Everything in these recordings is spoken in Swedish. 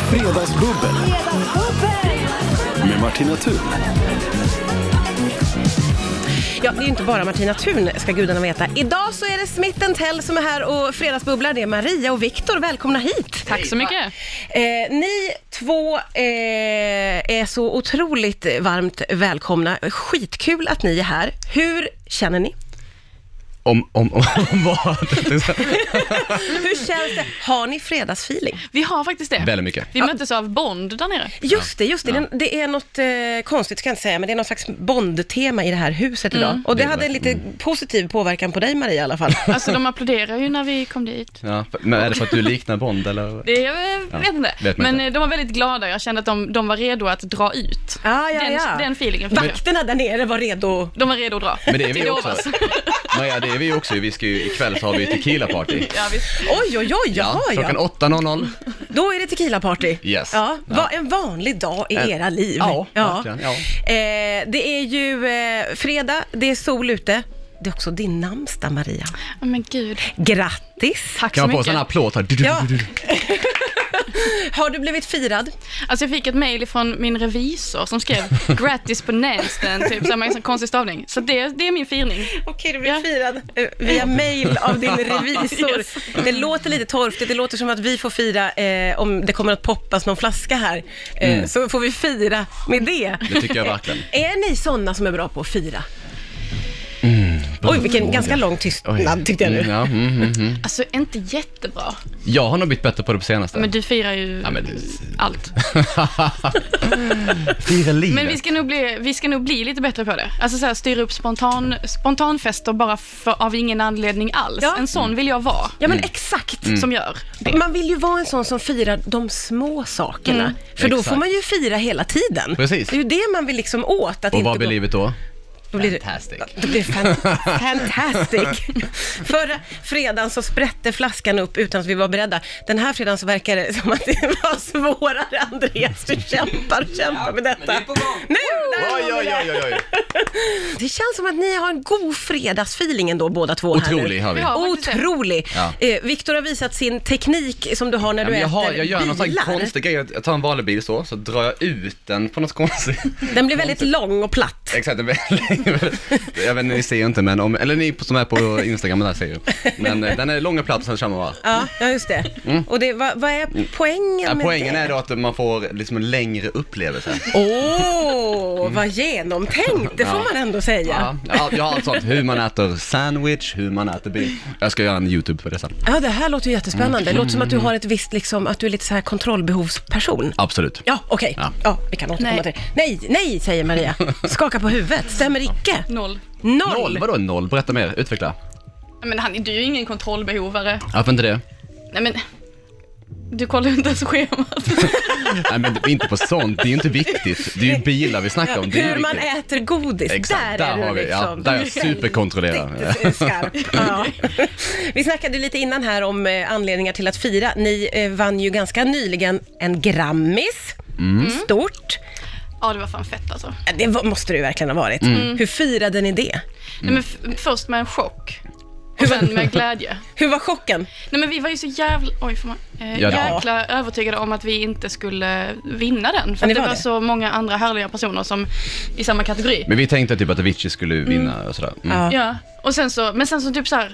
Fredagsbubbel med Martina Thun. Ja, det är ju inte bara Martina Thun, ska gudarna veta. Idag så är det Smith Tell som är här och Fredagsbubblar, det är Maria och Viktor. Välkomna hit! Tack så mycket. Eh, ni två eh, är så otroligt varmt välkomna. Skitkul att ni är här. Hur känner ni? Om, om, om, om vad? Hur känns det? Har ni fredagsfeeling? Vi har faktiskt det. Väldigt mycket. Vi möttes av Bond där nere. Just det, just det. Det- Det är något eh, konstigt, ska jag inte säga, men det är någon slags Bond-tema i det här huset idag. Och det, Det är hade en lite positiv påverkan på dig, Maria, i alla fall. Alltså de applåderar ju när vi kom dit. Ja, men är det för att du liknar Bond eller? Det, jag eh, Ja, vet inte. vet man men inte. eh, de var väldigt glada. Jag kände att de, de var redo att dra ut. Ah, ja, den, ja. den feelingen fick jag. Vakterna där nere var redo. De var redo att dra. Men det är vi Till också. Dovas. Maja, det är vi också ju. Vi ska ju, ikväll så har vi ju tequila-party. Ja, visst. Oj, oj, oj, jaha, ja. Klockan 8.00. Då är det tequila-party. Yes. Ja, Ja. va- En vanlig dag i En- era liv. Ja, verkligen, ja. Eh, det är ju eh, fredag, det är sol ute. Det är också din namnsdag, Maria. Ja, Men gud. Grattis! Tack Kan så man få en mycket. sån här applåd här? Ja. Har du blivit firad? Alltså jag fick ett mejl från min revisor som skrev grattis på Nelsten, typ så här med en sån konstig stavning. Så det, det är min firning. Okej, du blev Ja. firad eh, via mail av din revisor. Yes. Det låter lite torftigt, det låter som att vi får fira, eh, om det kommer att poppas någon flaska här, eh, så får vi fira med det. Mm. Det tycker jag verkligen. Är ni sådana som är bra på att fira? Oj, vilken ganska lång tystnad tyckte jag Mm, nu. Ja, mm, mm, mm. Alltså inte jättebra. Jag har nog blivit bättre på det på senaste. Men du firar ju Ja, men det- allt. Fira livet. Men vi ska, nog bli, vi ska nog bli lite bättre på det. Alltså så här, styra upp spontan, spontanfester bara för, av ingen anledning alls. Ja. En sån vill jag vara, Ja, Mm. men exakt. som gör det. Man vill ju vara en sån som firar de små sakerna, för då Mm. Exakt. får man ju fira hela tiden. Precis. Det är ju det man vill liksom åt. Att Och inte vad blir gå- livet då? Då blir det, Fantastic. Då blir det fan, fantastic. Förra fredagen så sprätte flaskan upp utan att vi var beredda. Den här fredagen så verkar det som att det var svårare. Andreas, du kämpar och kämpar med detta. är på gång. Nu! där Oj, var oj, det. oj, oj, oj. Det känns som att ni har en god fredagsfeeling ändå båda två här nu. Otrolig har vi. Ja. faktiskt det. Otrolig! Ja. Eh, Viktor har visat sin teknik som du har när Ja, du men jag, äter har, jag gör någon sån här bilar. konstig grej, jag tar en vanlig bil så, så drar jag ut den på något konstigt. Den blir väldigt lång och platt. Exakt, det blir- jag vet inte, ni ser ju inte men om, eller ni som är på Instagram där ser ju. Men eh, den är långa platt och sen kör man bara. Ja, ja just det. Och det, vad, vad är poängen Mm. Ja, med poängen det? är då att man får liksom en längre upplevelse. Åh, vad genomtänkt, det får Mm. Ja. man ändå säga. Ja, ja, alltså. jag har allt sånt, hur man äter sandwich, hur man äter bil. Jag ska göra en YouTube för det sen. Ja, det här låter ju jättespännande. Det låter som att Mm. du har ett visst, liksom, att du är lite så här kontrollbehovsperson. Absolut. Ja, okej. Ja. Ja. vi kan återkomma Nej. till det. Nej, nej, säger Maria. Skaka på huvudet. Stämmer icke. Noll. Noll. Noll, vadå noll? Berätta mer, utveckla. Men han, du är ju ingen kontrollbehovare. Varför inte det? Nej men, du kollar ju inte ens schemat. Nej men det är inte på sånt, det är ju inte viktigt. Det är ju bilar vi snackar om, det är ju Hur man viktigt. äter godis. Exakt, där, är har du vi, ja, liksom. där är Du jag superkontrollerad. väldigt skarp. Ja. Vi snackade lite innan här om eh, anledningar till att fira. Ni eh, vann ju ganska nyligen en Grammis. Mm. Stort. Ja, det var fan fett alltså. Ja, Det var- måste det ju verkligen ha varit. Mm. Hur firade ni det? Nej, men f- först med en chock. Och sen med glädje. Hur var chocken? Nej men vi var ju så jävla, oj får man, eh, Ja, det- jäkla övertygade om att vi inte skulle vinna den. För Ja, ni att det var var det. så många andra härliga personer som, i samma kategori. Men vi tänkte typ att Avicii skulle vinna och sådär. Mm. Ja. Ja, och sen så, men sen så typ så här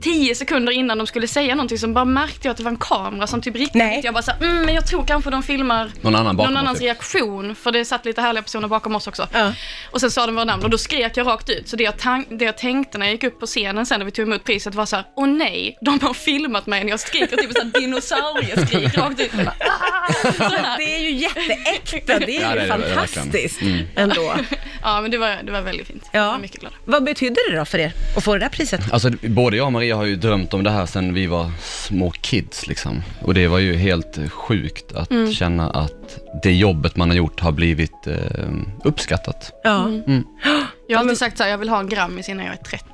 tio sekunder innan de skulle säga någonting så bara märkte jag att det var en kamera som typ riktade Nej. dit. Jag bara så här, mm, men jag tror kanske de filmar Någon annan bakom någon oss, annans typ. reaktion, för det satt lite härliga personer bakom oss också. Ja. Och sen sa de våra namn och då skrek jag rakt ut. Så det jag, tan- det jag tänkte när jag gick upp på scenen sen när vi tog emot priset var så här, åh nej, de har filmat mig när jag skriker typ så här dinosaurieskrik rakt ut. Jag bara, "Ah!" så här. Det är ju jätteäkta, det är Ja, det ju är Mm. det, det är fantastiskt ändå. Ja, men det var, det var väldigt fint. Jag Ja. är mycket glad. Vad betydde det då för er att få det där priset? Alltså både jag och Maria har ju drömt om det här sedan vi var små kids liksom. Och det var ju helt eh, sjukt att Mm. känna att det jobbet man har gjort har blivit eh, uppskattat. Ja. Mm. Jag har alltid sagt så här, jag vill ha en Grammis innan jag är 30.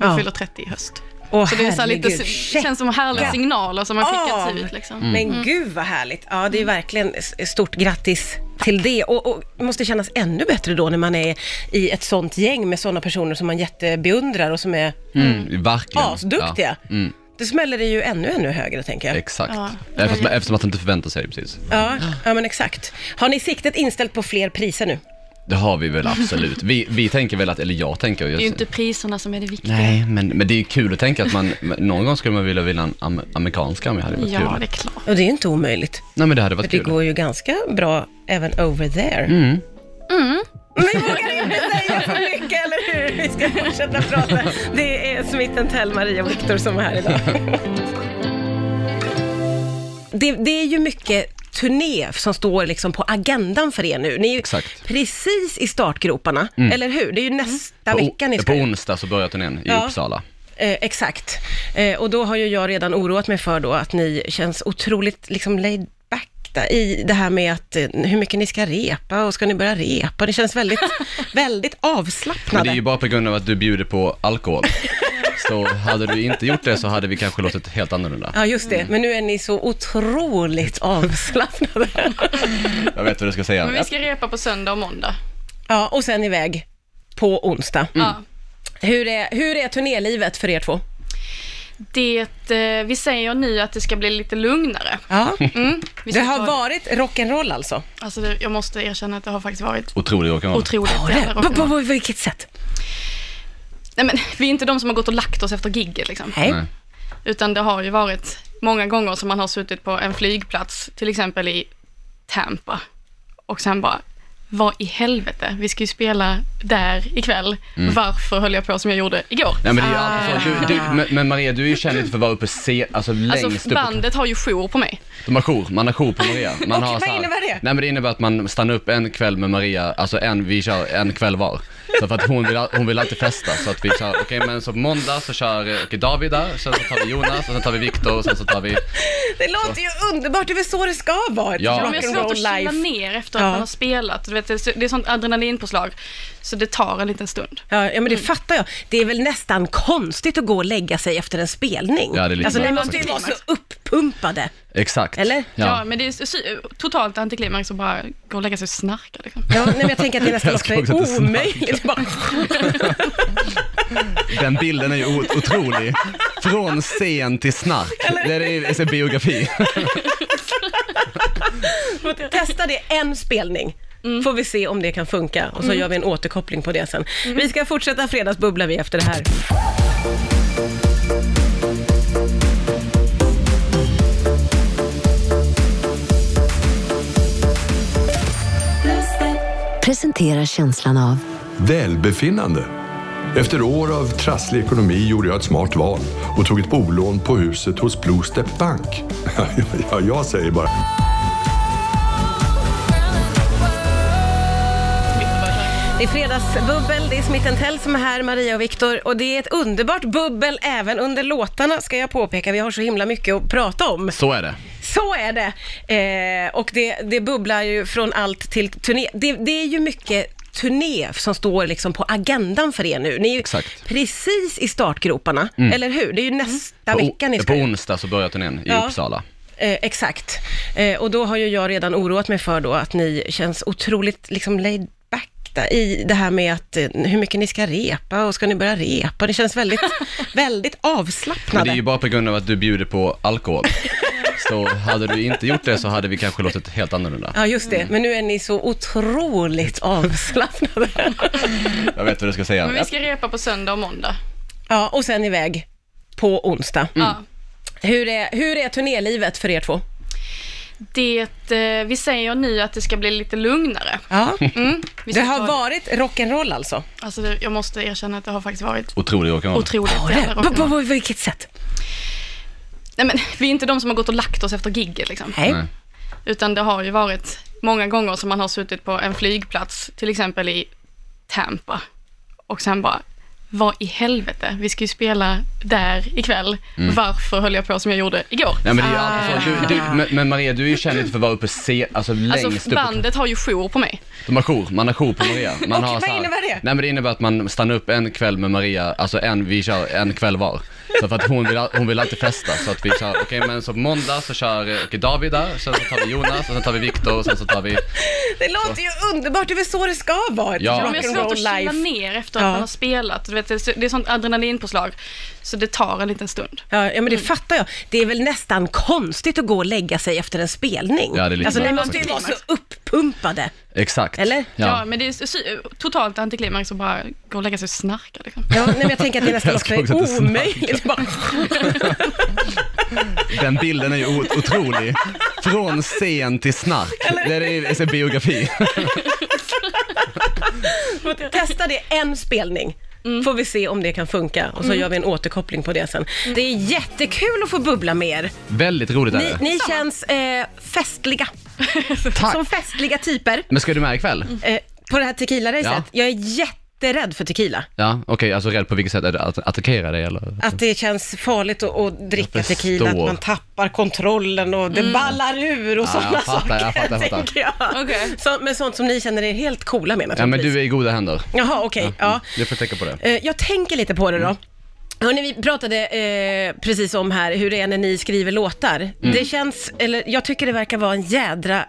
Jag Ja. fyller 30 i höst. Åh, Så det är så här lite, herregud, check. känns som härliga signaler som har Av. skickats ut. Mm. Liksom. Men gud vad härligt. Ja, det är verkligen s- stort grattis till det. Och, och det måste kännas ännu bättre då när man är i ett sånt gäng med sådana personer som man jättebeundrar och som är Mm, verkligen. asduktiga. Ja. Mm. Det smäller det ju ännu, ännu högre tänker jag. Exakt. Ja. Eftersom, eftersom att han inte förväntar sig det precis. Ja, ja, men exakt. Har ni siktet inställt på fler priser nu? Det har vi väl absolut. Vi, vi tänker väl att, eller jag tänker Det är ju inte priserna som är det viktiga. Nej, men, men det är ju kul att tänka att man, men någon gång skulle man vilja vinna en am, amerikansk Grammy, hade varit Ja, kul. det är klart. Och det är ju inte omöjligt. Nej men det hade varit Det Mm. kul. går ju ganska bra även over there. Ni vågar inte säga för mycket, eller hur? Vi ska fortsätta prata. Det är smitten Tell, Maria och Viktor som är här idag. Det, det är ju mycket turné som står liksom på agendan för er nu. Ni är ju Exakt. precis i startgroparna, eller hur? Det är ju nästa På, vecka ni o- ska på ut. onsdag så börjar turnén i Ja. Uppsala. Eh, exakt. Eh, och då har ju jag redan oroat mig för då att ni känns otroligt liksom laid back där i det här med att eh, hur mycket ni ska repa och ska ni börja repa? Det känns väldigt, väldigt Men avslappnade. det är ju bara på grund av att du bjuder på alkohol. Så hade du inte gjort det så hade vi kanske låtit helt annorlunda. Ja, just Mm. det. Men nu är ni så otroligt avslappnade. Jag vet vad du ska säga. Men vi ska repa på söndag och måndag. Mm. ja, och sen iväg på onsdag. Ja. Hur, är, hur är turnélivet för er två? Det, eh, vi säger nu att det ska bli lite lugnare. Ja. Mm. Det Vi ska har ta- varit rock'n'roll alltså? Alltså, det, jag måste erkänna att det har faktiskt varit Otrolig rock'n'roll. otroligt jävla På, på, rock'n'roll. på vilket sätt? Nej men vi är inte de som har gått och lagt oss efter gigget liksom. Nej. Nej. Utan det har ju varit många gånger som man har suttit på en flygplats, till exempel i Tampa. Och sen bara, vad i helvete, vi ska ju spela där ikväll. Varför höll jag på som jag gjorde igår? Mm. Nej men det är ju alltid så. Du, du, men, men Maria, du är ju känd lite för att vara uppe se, alltså längst Alltså upp. på- bandet har ju jour på mig. De har jour, man har jour på Maria. Man Och har vad så här- innebär det? Nej men det innebär att man stannar upp en kväll med Maria, alltså en, vi kör en kväll var. Så för att hon vill, hon vill alltid festa, så att vi kör, okej men så på måndag så kör eh, okej, David där, sen så tar vi Jonas, och sen tar vi Viktor, och sen så tar vi, Det låter ju underbart, det är väl så det ska vara? ett Ja. Ja, men jag har svårt rock'n'roll att kyla life. ner efter att Ja. man har spelat. Du vet, det är så- det är sånt adrenalinpåslag, så det tar en liten stund. Ja, ja, men det Mm. fattar jag. Det är väl nästan konstigt att gå och lägga sig efter en spelning. Ja, det är lite alltså, ni märkligt. måste ju vara så uppumpade. exakt. Eller? Ja. Ja, men det är sy- totalt antiklimax att bara gå och lägga sig och snarka. Liksom. Ja, nej, men jag tänker att det nästan Jag också ska är också inte snacka. omöjligt. Bara, Den bilden är ju o- otrolig. Från scen till snark. Det är det är en biografi. testa det en spelning. Mm. Får vi se om det kan funka och så gör vi en återkoppling på det sen. Mm. Vi ska fortsätta Fredagsbubbla vi efter det här. presenterar känslan av Välbefinnande. Efter år av trasslig ekonomi gjorde jag ett smart val och tog ett bolån på huset hos Blue Step Bank. ja, jag säger bara Det är Fredagsbubbel, det är Smith Tell som är här, Maria och Viktor. Och det är ett underbart bubbel även under låtarna ska jag påpeka. Vi har så himla mycket att prata om. Så är det. Så är det. Eh, och det, det bubblar ju från allt till turné. Det, det är ju mycket turné som står liksom på agendan för er nu. Ni är ju Exakt. Mm. precis i startgroparna, eller hur? Det är ju nästa På, vecka ni o- på ska ut. onsdag så börjar turnén i Ja. Uppsala. Eh, exakt. Eh, och då har ju jag redan oroat mig för då att ni känns otroligt liksom laid back där i det här med att eh, hur mycket ni ska repa och ska ni börja repa? Det känns väldigt, väldigt Men avslappnade. det är ju bara på grund av att du bjuder på alkohol. Så hade du inte gjort det så hade vi kanske låtit helt annorlunda. Ja, just det. Men nu är ni så otroligt avslappnade. Jag vet vad du ska säga. Men vi ska repa på söndag och måndag. Mm. Ja, och sen iväg på onsdag. Ja. Hur, är, hur är turnélivet för er två? Det, eh, vi säger nu att det ska bli lite lugnare. Ja. Mm. Det Vi ska har ta- varit rock'n'roll alltså? Alltså, det, jag måste erkänna att det har faktiskt varit Otrolig rock'n'roll. otroligt Har jävla det? På, på, rock'n'roll. på vilket sätt? Nej men vi är inte de som har gått och lagt oss efter gigget liksom. Nej. Nej. Utan det har ju varit många gånger som man har suttit på en flygplats, till exempel i Tampa. Och sen bara, vad i helvete, vi ska ju spela där ikväll. Varför höll jag på som jag gjorde igår? Nej men det är ju alltid så. Du, du, men, men Maria, du är ju känd lite för att vara uppe se, alltså längst Alltså upp. på- bandet har ju jour på mig. De har jour, man har jour på Maria. Man Och har vad så här- innebär det? Nej men det innebär att man stannar upp en kväll med Maria, alltså en, vi kör en kväll var. Så för att hon vill, al- hon vill alltid festa, så att vi kör, okej men så måndag så kör eh, okej, David där, sen så tar vi Jonas, och sen tar vi Viktor, och sen så tar vi Det låter ju underbart, det är väl så det ska vara? ett Ja. Ja, men jag har svårt att rock'n'roll life. kyla ner efter att Ja. man har spelat. Du vet, det är så- det är sånt adrenalinpåslag, så det tar en liten stund. Ja, ja, men det fattar jag. Det är väl nästan konstigt att gå och lägga sig efter en spelning? Ja, det är lite alltså, ni märkligt. måste ju vara så uppumpade. Exakt. Eller? Ja. Ja, men det är sy- totalt antiklimax att bara gå och lägga sig och snarka. Liksom. Ja, nej, men jag tänker att det nästan Jag också ska är också till snark. omöjligt. Bara, Den bilden är ju o- otrolig. Från scen till snark. Det är det är en biografi. Testa det en spelning. Får vi se om det kan funka och så gör vi en återkoppling på det sen. Det är jättekul att få bubbla med er. Väldigt roligt är Ni, det. ni känns eh, festliga. Tack. Som festliga typer. Men ska du med ikväll? Eh, på det här tequila-racet. Ja. Jag är jätterädd för tequila. Ja, okej, alltså rädd på vilket sätt är det att attackera dig eller? Att det känns farligt att, att dricka Jag förstår. tequila, att man tappar kontrollen och det ballar ur och Ja, sådana jag fattar, saker, jag fattar, jag fattar. tänker jag. Okej. Så, men sånt som ni känner er helt coola med Ja, men naturligtvis. du är i goda händer. Jaha, okej. ja. Du mm. får tänka på det. Mm. Eh, Jag tänker lite på det då. Hörrni, vi pratade eh, precis om här hur det är när ni skriver låtar. Mm. Det känns, eller jag tycker det verkar vara en jädra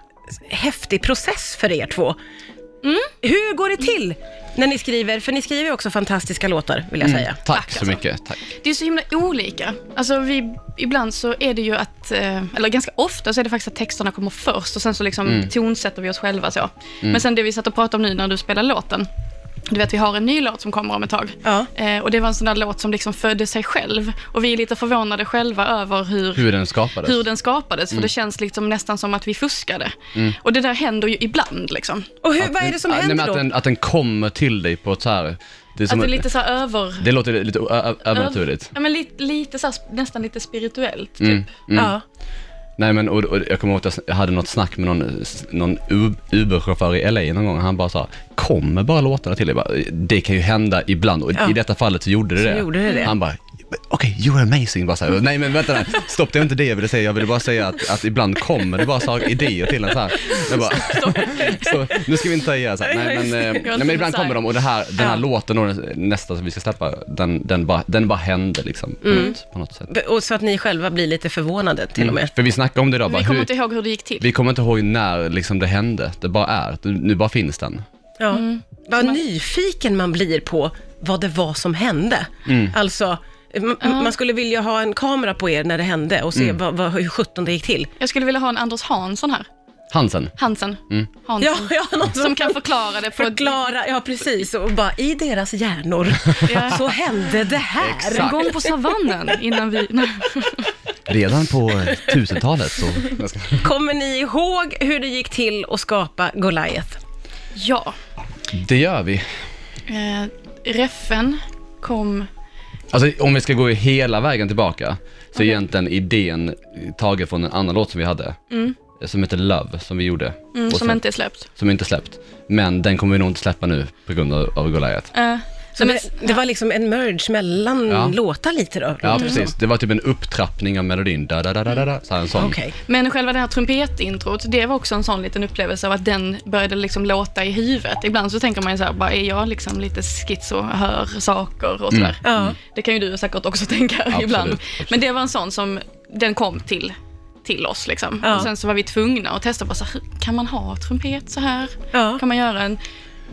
häftig process för er två. Hur går det till när ni skriver? För ni skriver ju också fantastiska låtar, vill Mm. jag säga. Tack så mycket. Tack. Det är så himla olika. Alltså vi, ibland så är det ju att, eh, eller ganska ofta så är det faktiskt att texterna kommer först och sen så liksom tonsätter vi oss själva så. Men sen det vi satt och pratade om nu när du spelade låten, du vet vi har en ny låt som kommer om ett tag. Ja. Eh, och det var en sån där låt som liksom födde sig själv. Och vi är lite förvånade själva över hur, Hur den skapades. Mm. hur den skapades, för det känns liksom nästan som att vi fuskade. Och det där händer ju ibland liksom. Och hur, vad är det som Ja, nej, händer men då? att den, att den kommer till dig på ett så här... Det, är Att som det är ett- lite så här över... det låter lite ö- ö- övernaturligt. Ja, men lite, lite så här, sp- nästan lite spirituellt typ. Mm. Ja. Nej men och, och, jag kommer ihåg att jag sn- jag hade något snack med någon, s- någon U- Uber-chaufför i LA någon gång och han bara sa kommer bara låtarna till dig? Jag bara, Det kan ju hända ibland och i detta fallet så gjorde det det. gjorde det det. Han bara Okej, you're amazing, bara så här. Nej men vänta nu, stopp det var inte det jag ville säga, jag ville bara säga att, att ibland kommer det bara saker, idéer till en så här. Jag bara, så, nu ska vi inte ta i här, så här. Nej men, eh, nej, men ibland kommer de och det här, den här låten och nästa som vi ska släppa, den, den, bara, den bara händer liksom på något sätt. Och så att ni själva blir lite förvånade till och med. För vi snackade om det idag, bara, Vi kommer hur- inte ihåg hur det gick till. vi kommer inte ihåg när liksom det hände, det bara är, nu bara finns den. Ja. Mm. Vad nyfiken man blir på vad det var som hände. Mm. Alltså, m- m- man skulle vilja ha en kamera på er när det hände och se Mm. vad, vad, hur sjutton det gick till. Jag skulle vilja ha en Anders Hansson här. Hansen. Hansen. Mm. Ja, Hansen. ja, någon Som kan förklara det på ett... förklara, ja precis, och bara i deras hjärnor Ja. så hände det här. Exakt. En gång på savannen innan vi... Nej. Redan på eh, 1000-talet så... Jag ska- Kommer ni ihåg hur det gick till att skapa Goliath? Ja. Det gör vi. Eh, reffen kom... Alltså om vi ska gå hela vägen tillbaka, så är egentligen idén tagen från en annan låt som vi hade, eh, som heter Love, som vi gjorde. Mm, och som sen- inte är släppt. som inte är släppt. Men den kommer vi nog inte släppa nu på grund av, av Goliath. Eh, Så nej, det, det var liksom en merge mellan Ja. låtar lite då? Ja, precis. Det var typ en upptrappning av melodin. Da, da, da, da, da, da, så här en sån. Okej. men, men själva det här trumpetintrot, det var också en sån liten upplevelse av att den började liksom låta i huvudet. Ibland så tänker man ju så här, bara, är jag liksom lite schizo, hör saker och sådär. Mm. Ja. Det kan ju du säkert också tänka Absolut, ibland. absolut. Men det var en sån som den kom till, till oss. Liksom. Ja. Och sen så var vi tvungna att testa. Bara så här, "Hur- kan man ha trumpet så här? Ja. Kan man göra en...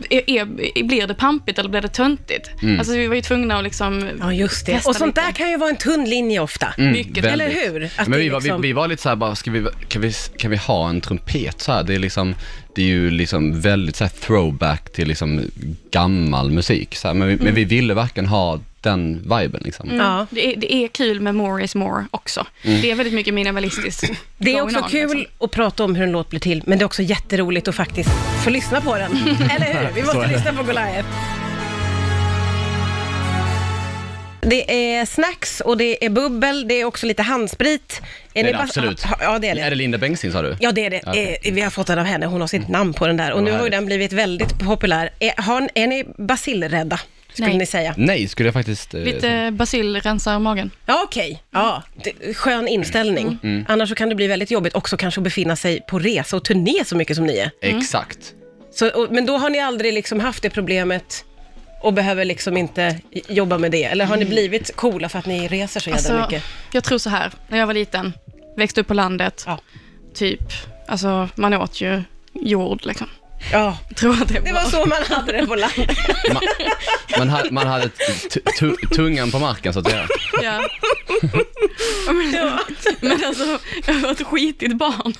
Är, är, blir det pampigt eller blir det töntigt? Alltså vi var ju tvungna att liksom... Ja, just det. Testa och sånt lite. där kan ju vara en tunn linje ofta. Mycket. väldigt. Eller hur? Att Mm. men det vi, var, liksom- vi, vi var lite så här bara, ska vi, kan, vi, kan vi ha en trumpet så här? Det är, liksom, det är ju liksom väldigt så här throwback till liksom gammal musik. Så här. Men, vi, men Mm. vi ville verkligen ha den viben liksom. Ja. Mm. Det, är, det är kul med more is more också. Mm. Det är väldigt mycket minimalistiskt. Det är going också on, kul liksom. att prata om hur en låt blir till, men det är också jätteroligt att faktiskt få lyssna på den. Eller hur? Vi måste lyssna på Goliath. Det är snacks och det är bubbel, det är också lite handsprit. Är det ni bara- absolut. Ja, Ja, det är det. Linda Bengtzing sa du? Ja, det är det. Mm. Okej. Eh, Vi har fått den av henne. Hon har sitt namn på den där. Och nu har ju härligt. den blivit väldigt populär. Är, har, ni- är ni basilrädda, skulle Nej. ni säga? Nej, skulle jag faktiskt... eh, säga. Lite basil rensar magen. Ja, okej. Ja, det- skön inställning. mm. Annars så kan det bli väldigt jobbigt också kanske att befinna sig på resa och turné så mycket som ni är. Exakt. Så, och, men då har ni aldrig liksom haft det problemet och behöver liksom inte j- jobba med det? Eller har ni blivit coola för att ni reser så jävla Alltså, mycket? jag tror så här, när jag var liten, växte upp på landet, Ja. typ, alltså man åt ju jord liksom. Ja, Jag tror att det, det var så man hade det på landet. Man, man, hade, man hade t- tu, tungan på marken så att säga. Ja. Men, men alltså, jag var ett skitigt barn.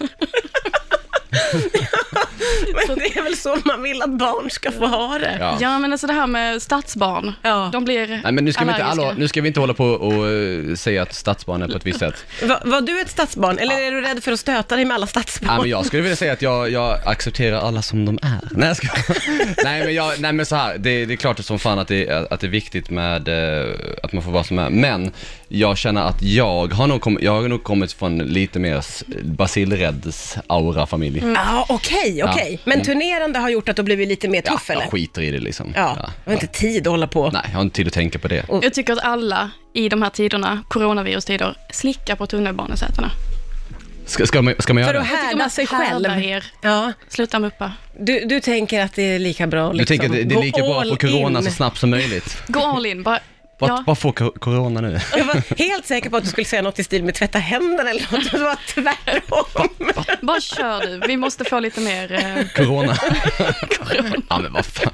Men det är väl så man vill att barn ska få ha det? Ja. Ja, men alltså det här med stadsbarn, Ja. de blir Nej men nu ska, vi inte, allergiska. allå, nu ska vi inte hålla på och eh, säga att stadsbarn är på ett visst sätt. Va, var du ett stadsbarn, eller är du rädd för att stöta dig med alla stadsbarn? Nej men jag skulle vilja säga att jag, jag accepterar alla som de är. Nej jag ska... Nej men jag, nej men så här, det, det är klart som fan att det, är- att det är viktigt med eh, att man får vara som man är. Men jag känner att jag har nog, kommit, jag har nog kommit från lite mer s- basilrädds aura familj. Ja, okej, okej. Ja. Mm. Men turnerande har gjort att du har blivit lite mer Ja, tuff, eller? jag skiter i det liksom. Ja, jag har inte tid att hålla på. Nej, jag har inte tid att tänka på det. Jag tycker att alla i de här tiderna, coronavirustider, slicka på tunnelbanesätena. Ska, ska, man, ska man För göra att det? tycker härda man sig själv. härdar er. Ja, Sluta muppa. du, du tänker att det är lika bra att Du liksom tänker att det, det är gå lika bra all att få corona in. så snabbt som möjligt. Gå all in, bara. Vad Ja. ja. får co- corona nu? Jag var helt säker på att du skulle säga något i stil med tvätta händerna eller något. Det var tvärtom. Bara kör du, vi måste få lite mer... Eh, Corona. ja men vad fan.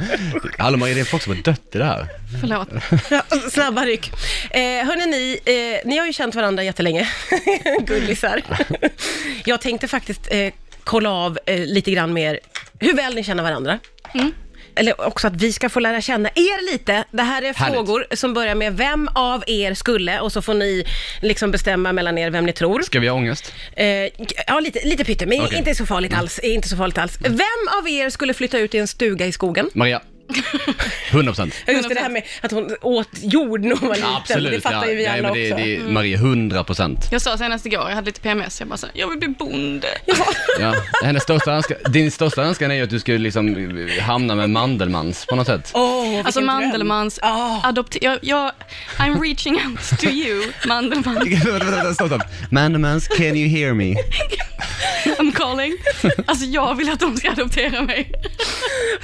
Hallå Maria, det är folk som har dött i det här. förlåt. Ja, Snabba ryck. Eh, hörni, ni, eh, ni har ju känt varandra jättelänge. Gullisar. Jag tänkte faktiskt eh, kolla av eh, lite grann mer hur väl ni känner varandra. Eller också att vi ska få lära känna er lite. Det här är Härligt. frågor som börjar med vem av er skulle och så får ni liksom bestämma mellan er vem ni tror. Ska vi ha ångest? Eh, ja, lite, lite pytte, men Okej. Mm. inte så farligt alls. Inte så farligt alls. Vem av er skulle flytta ut i en stuga i skogen? Maria. 100%. Ja, Just det, det här med att hon åt jord när hon var liten. det fattar ju vi nej, alla men det, också. Mm. det är Maria, 100%. Jag sa senast igår, jag hade lite PMS, jag bara så här, jag vill bli bonde. Ja. Hennes största önskan, din största önskan är ju att du skulle liksom hamna med Mandelmans på något sätt. Åh, vilken Alltså dröm. Ah. Mandelmans, Ja. adopti- jag, jag, I'm reaching out to you, Mandelman, Vänta, vänta, stopp, stopp. Mandelmans, can you hear me? I'm calling. Alltså jag vill att de ska adoptera mig.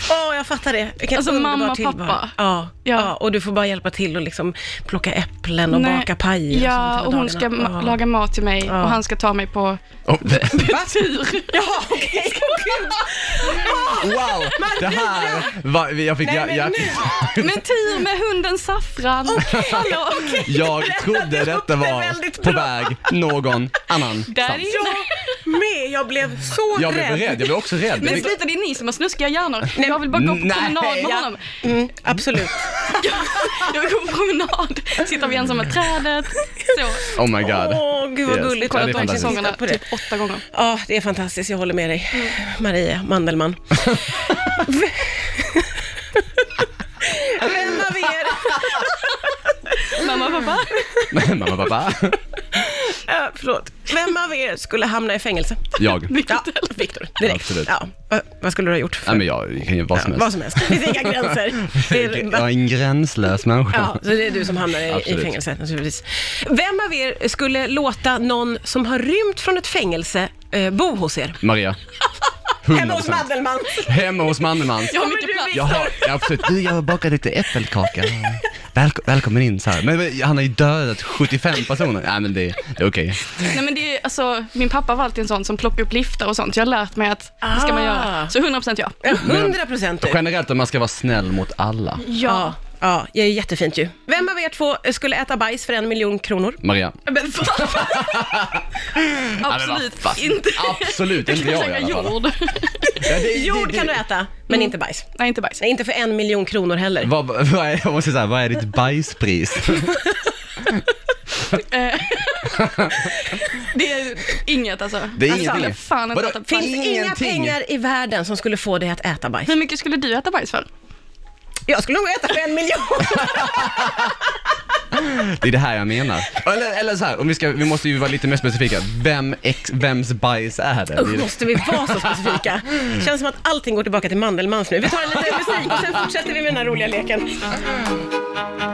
Åh, jag fattar det. Vilken Alltså, underbar mamma, tillvaro. pappa. Ja, ja. Ja. och du får bara hjälpa till och liksom plocka äpplen och Nej. baka paj. Och Ja, sånt och hela hon ska dagarna. Ah. ma- Ja. laga mat till mig Ja. och han ska ta mig på tur. Ja, okej. Gud. Wow, det här var, jag fick, Nej, jag, men jag, Men tur med hunden Saffran. Hallå, jag det trodde detta låter var väldigt på bra. väg någon annan Där stans. inne. Jag med, jag blev så Jag blev rädd. rädd, jag blev också rädd. Men Det- sluta, det är ni som har snuskiga hjärnor. jag vill bara gå på Nej. promenad med Ja. honom. Mm, absolut. Jag vill gå på promenad, sitta vid ensamma trädet. Så, Oh my god. Åh, gud vad Yes. gulligt. Ja, kollat det de är fantastiskt. säsongerna Titta på det. typ åtta gånger. Ja, det är fantastiskt. Jag håller med dig, Maria Mandelman. V- Vem av er, Mamma och pappa. Mamma, pappa. äh, förlåt, vem av er skulle hamna i fängelse? Jag. Ja, Viktor, direkt. Absolut. Ja, vad, vad skulle du ha gjort? För? Nej men jag kan ju vad som Ja, helst. vad som helst. Det finns inga gränser. Det är, Jag är en gränslös människa. ja, så det är du som hamnar i, i Absolut. fängelse naturligtvis. Vem av er skulle låta någon som har rymt från ett fängelse eh, bo hos er? Maria. 100%. Mandelman. Hemma hos Mandelmans. Jag har Kommer du mycket plats. Jag har, jag har absolut, du jag har bakat lite äppelkaka. Välko- välkommen in så här. Men, men han har ju dödat 75 personer. Nej men det, det är okej. Nej, men det är, alltså, min pappa var alltid en sån som plockade upp liftar och sånt. Jag har lärt mig att det ska man Ah. göra. Så 100% ja. Ja, 100 procent du. Generellt att man ska vara snäll mot alla. Ja. Ja, det är jättefint ju. Vem av er två skulle äta bajs för en miljon kronor? Maria. Mm, Men fan. Absolut inte. Absolut, inte jag i käka alla fall. jord. Ja, det- det- Jord det- Mm. kan du äta, men inte bajs. Nej, inte bajs. Nej, inte för en miljon kronor heller. Vad, vad är, jag måste säga, vad är ditt bajspris? Eh, det är inget alltså. Det är alltså, ingenting. Fan, inte Vadå? äta Finns bajs. inga Ingenting. pengar i världen som skulle få dig att äta bajs. Hur mycket skulle du äta bajs för? Jag skulle nog äta för en miljon. Det är det här jag menar. Eller, eller så här, om vi, ska, vi måste ju vara lite mer specifika. Vem ex, vems bajs är det? Mm. det, är Usch, det. måste vi vara så specifika? Känns som att allting går tillbaka till Mandelmans nu. Vi tar en liten musik och sen fortsätter vi med den här roliga leken.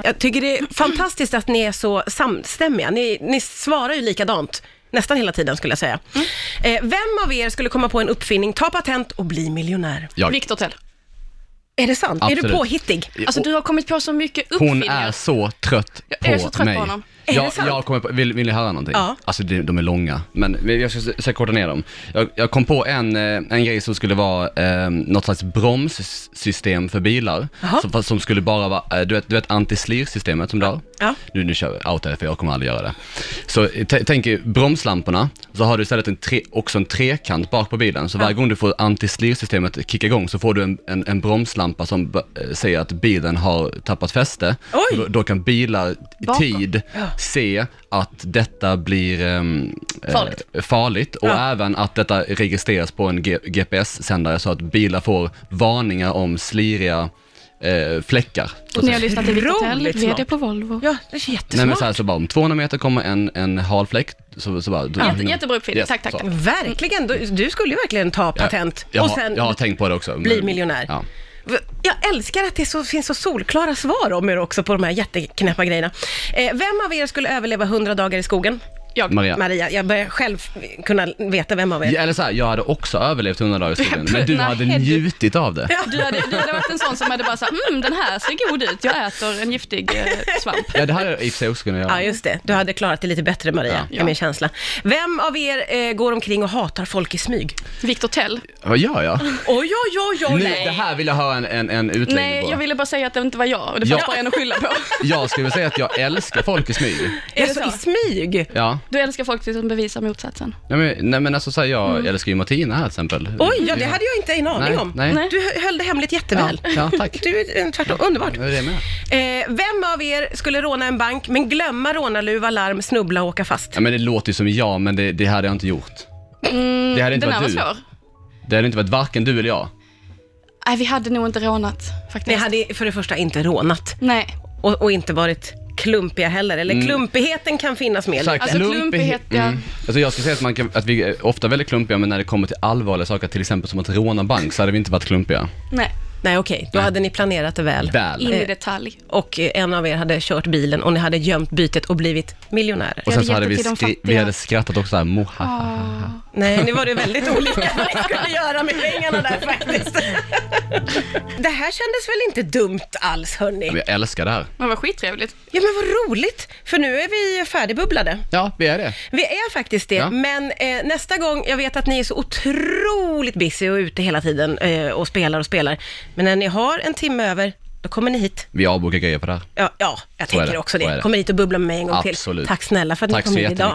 Jag tycker det är fantastiskt att Mm. ni är så samstämmiga. Ni, ni svarar ju likadant. Nästan hela tiden skulle jag säga. Eh, vem av er skulle komma på en uppfinning, ta patent och bli miljonär? Jag. Viktor Tell. Är det sant? Är Absolut. du påhittig? Alltså du har kommit på så mycket Hon uppfinningar. är så trött på Jag är så trött på mig. honom. Är det Jag, sant? jag kommer på, vill, vill ni höra någonting? Ja. Alltså det, de är långa, men jag ska se- korta ner dem. Jag, jag kom på en, eh, en grej som skulle vara eh, något slags bromssystem för bilar. Jaha. Som, fast som skulle bara vara, eh, du vet, du vet antislirsystemet som du har? Ja. Nu, nu kör vi, outa det för jag kommer aldrig göra det. Så eh, t- tänk er bromslamporna, så har du istället en tre, också en trekant bak på bilen. Så varje gång du får antislirsystemet kicka igång så får du en, en, en bromslampa som b- eh, säger att bilen har tappat fäste. Oj! Så Då, då kan bilar i Bakom. tid se att detta blir ehm, eh, Farligt. farligt och Ja. även att detta registreras på en G- GPS-sändare så att bilar får varningar om sliriga eh, fläckar. så att Ni har säga. lyssnat till Viktor Tell, Otroligt smart. VD på Volvo. Ja, det är Nej men jättesmart. så, här, så bara om 200 meter kommer en, en hal fläck, så, så bara... Jätte- jättebra uppfinning. Tack, tack, Mm. så. tack. Verkligen, du, du skulle ju verkligen ta Ja, patent Jag, och har- sen jag har tänkt på det också. bli men- miljonär. Ja. V- Jag älskar att det så, finns så solklara svar om er också på de här jätteknäppa grejerna. Eh, vem av er skulle överleva 100 dagar i skogen? Jag. Maria. Maria, jag börjar själv kunna veta vem av er. Ja, eller så här, jag hade också överlevt 100 dagar i skogen, men du Nej, du- hade njutit av det. Du hade, du hade varit en sån som hade bara sagt, mm den här ser god ut, jag äter en giftig eh, svamp. Ja, det hade jag i och för sig också kunnat göra. Ja, just det. Du hade klarat det lite bättre, Maria, Ja. är min känsla. Vem av er eh, går omkring och hatar folk i smyg? Viktor Tell. Vad gör jag? Oj, oj, oj, Nu, oj! det här vill jag höra en, en, en utläggning Nej, på. jag ville bara säga att det inte var jag och det Ja. fanns bara en att skylla på. Jag skulle säga att jag älskar folk i smyg. Är det alltså, I så? smyg? Ja, Du älskar folk som bevisar motsatsen. nej men, nej, men alltså så här, jag Mm. älskar ju Martina här till exempel. Oj, ja, det hade jag inte en aning Nej, om. nej. Nej. Du hö- höll det hemligt ja, jätteväl. ja, tack. Du är eh, tvärtom underbart. Hur är det med? Eh, vem av er skulle råna en bank men glömma rånarluva, larm, snubbla och åka fast? Ja, men det låter ju som jag, men det, det hade jag inte gjort. det hade inte Mm, Den här var varit du. svår. Det hade inte varit varken du eller jag. Nej, vi hade nog inte rånat Ni faktiskt. hade för det första inte rånat Nej, och, och inte varit klumpiga heller. Eller klumpigheten kan finnas med. Mm. Exakt. Alltså, klumpighet, ja. Alltså jag skulle säga att, man kan, att vi är ofta väldigt klumpiga, men när det kommer till allvarliga saker, till exempel som att råna bank, så hade vi inte varit klumpiga. nej, Nej, okej. Då hade ni planerat det väl. Väl. in i Eh. detalj. Och eh, en av er hade kört bilen och ni hade gömt bytet och blivit miljonärer. Och Jag sen hade så hade vi, gett det till de skri- vi fattiga. hade skrattat också såhär, mohaha. Nej, nu var det väldigt olika vad ni skulle göra med pengarna där faktiskt. Det här kändes väl inte dumt alls, hörni? Men jag älskar det här. Men vad skittrevligt. Ja, men vad roligt, för nu är vi färdigbubblade. Ja, vi är det. Vi är faktiskt det, Ja. men eh, nästa gång, jag vet att ni är så otroligt busy och ute hela tiden eh, och spelar och spelar, men när ni har en timme över, då kommer ni hit. Vi avbokar grejer på det här. Ja, ja jag är tänker det, också så är det. det. Kommer hit och bubblar med mig en gång Absolut. till. Tack snälla för att ni Tack kom så hit idag. jättemycket.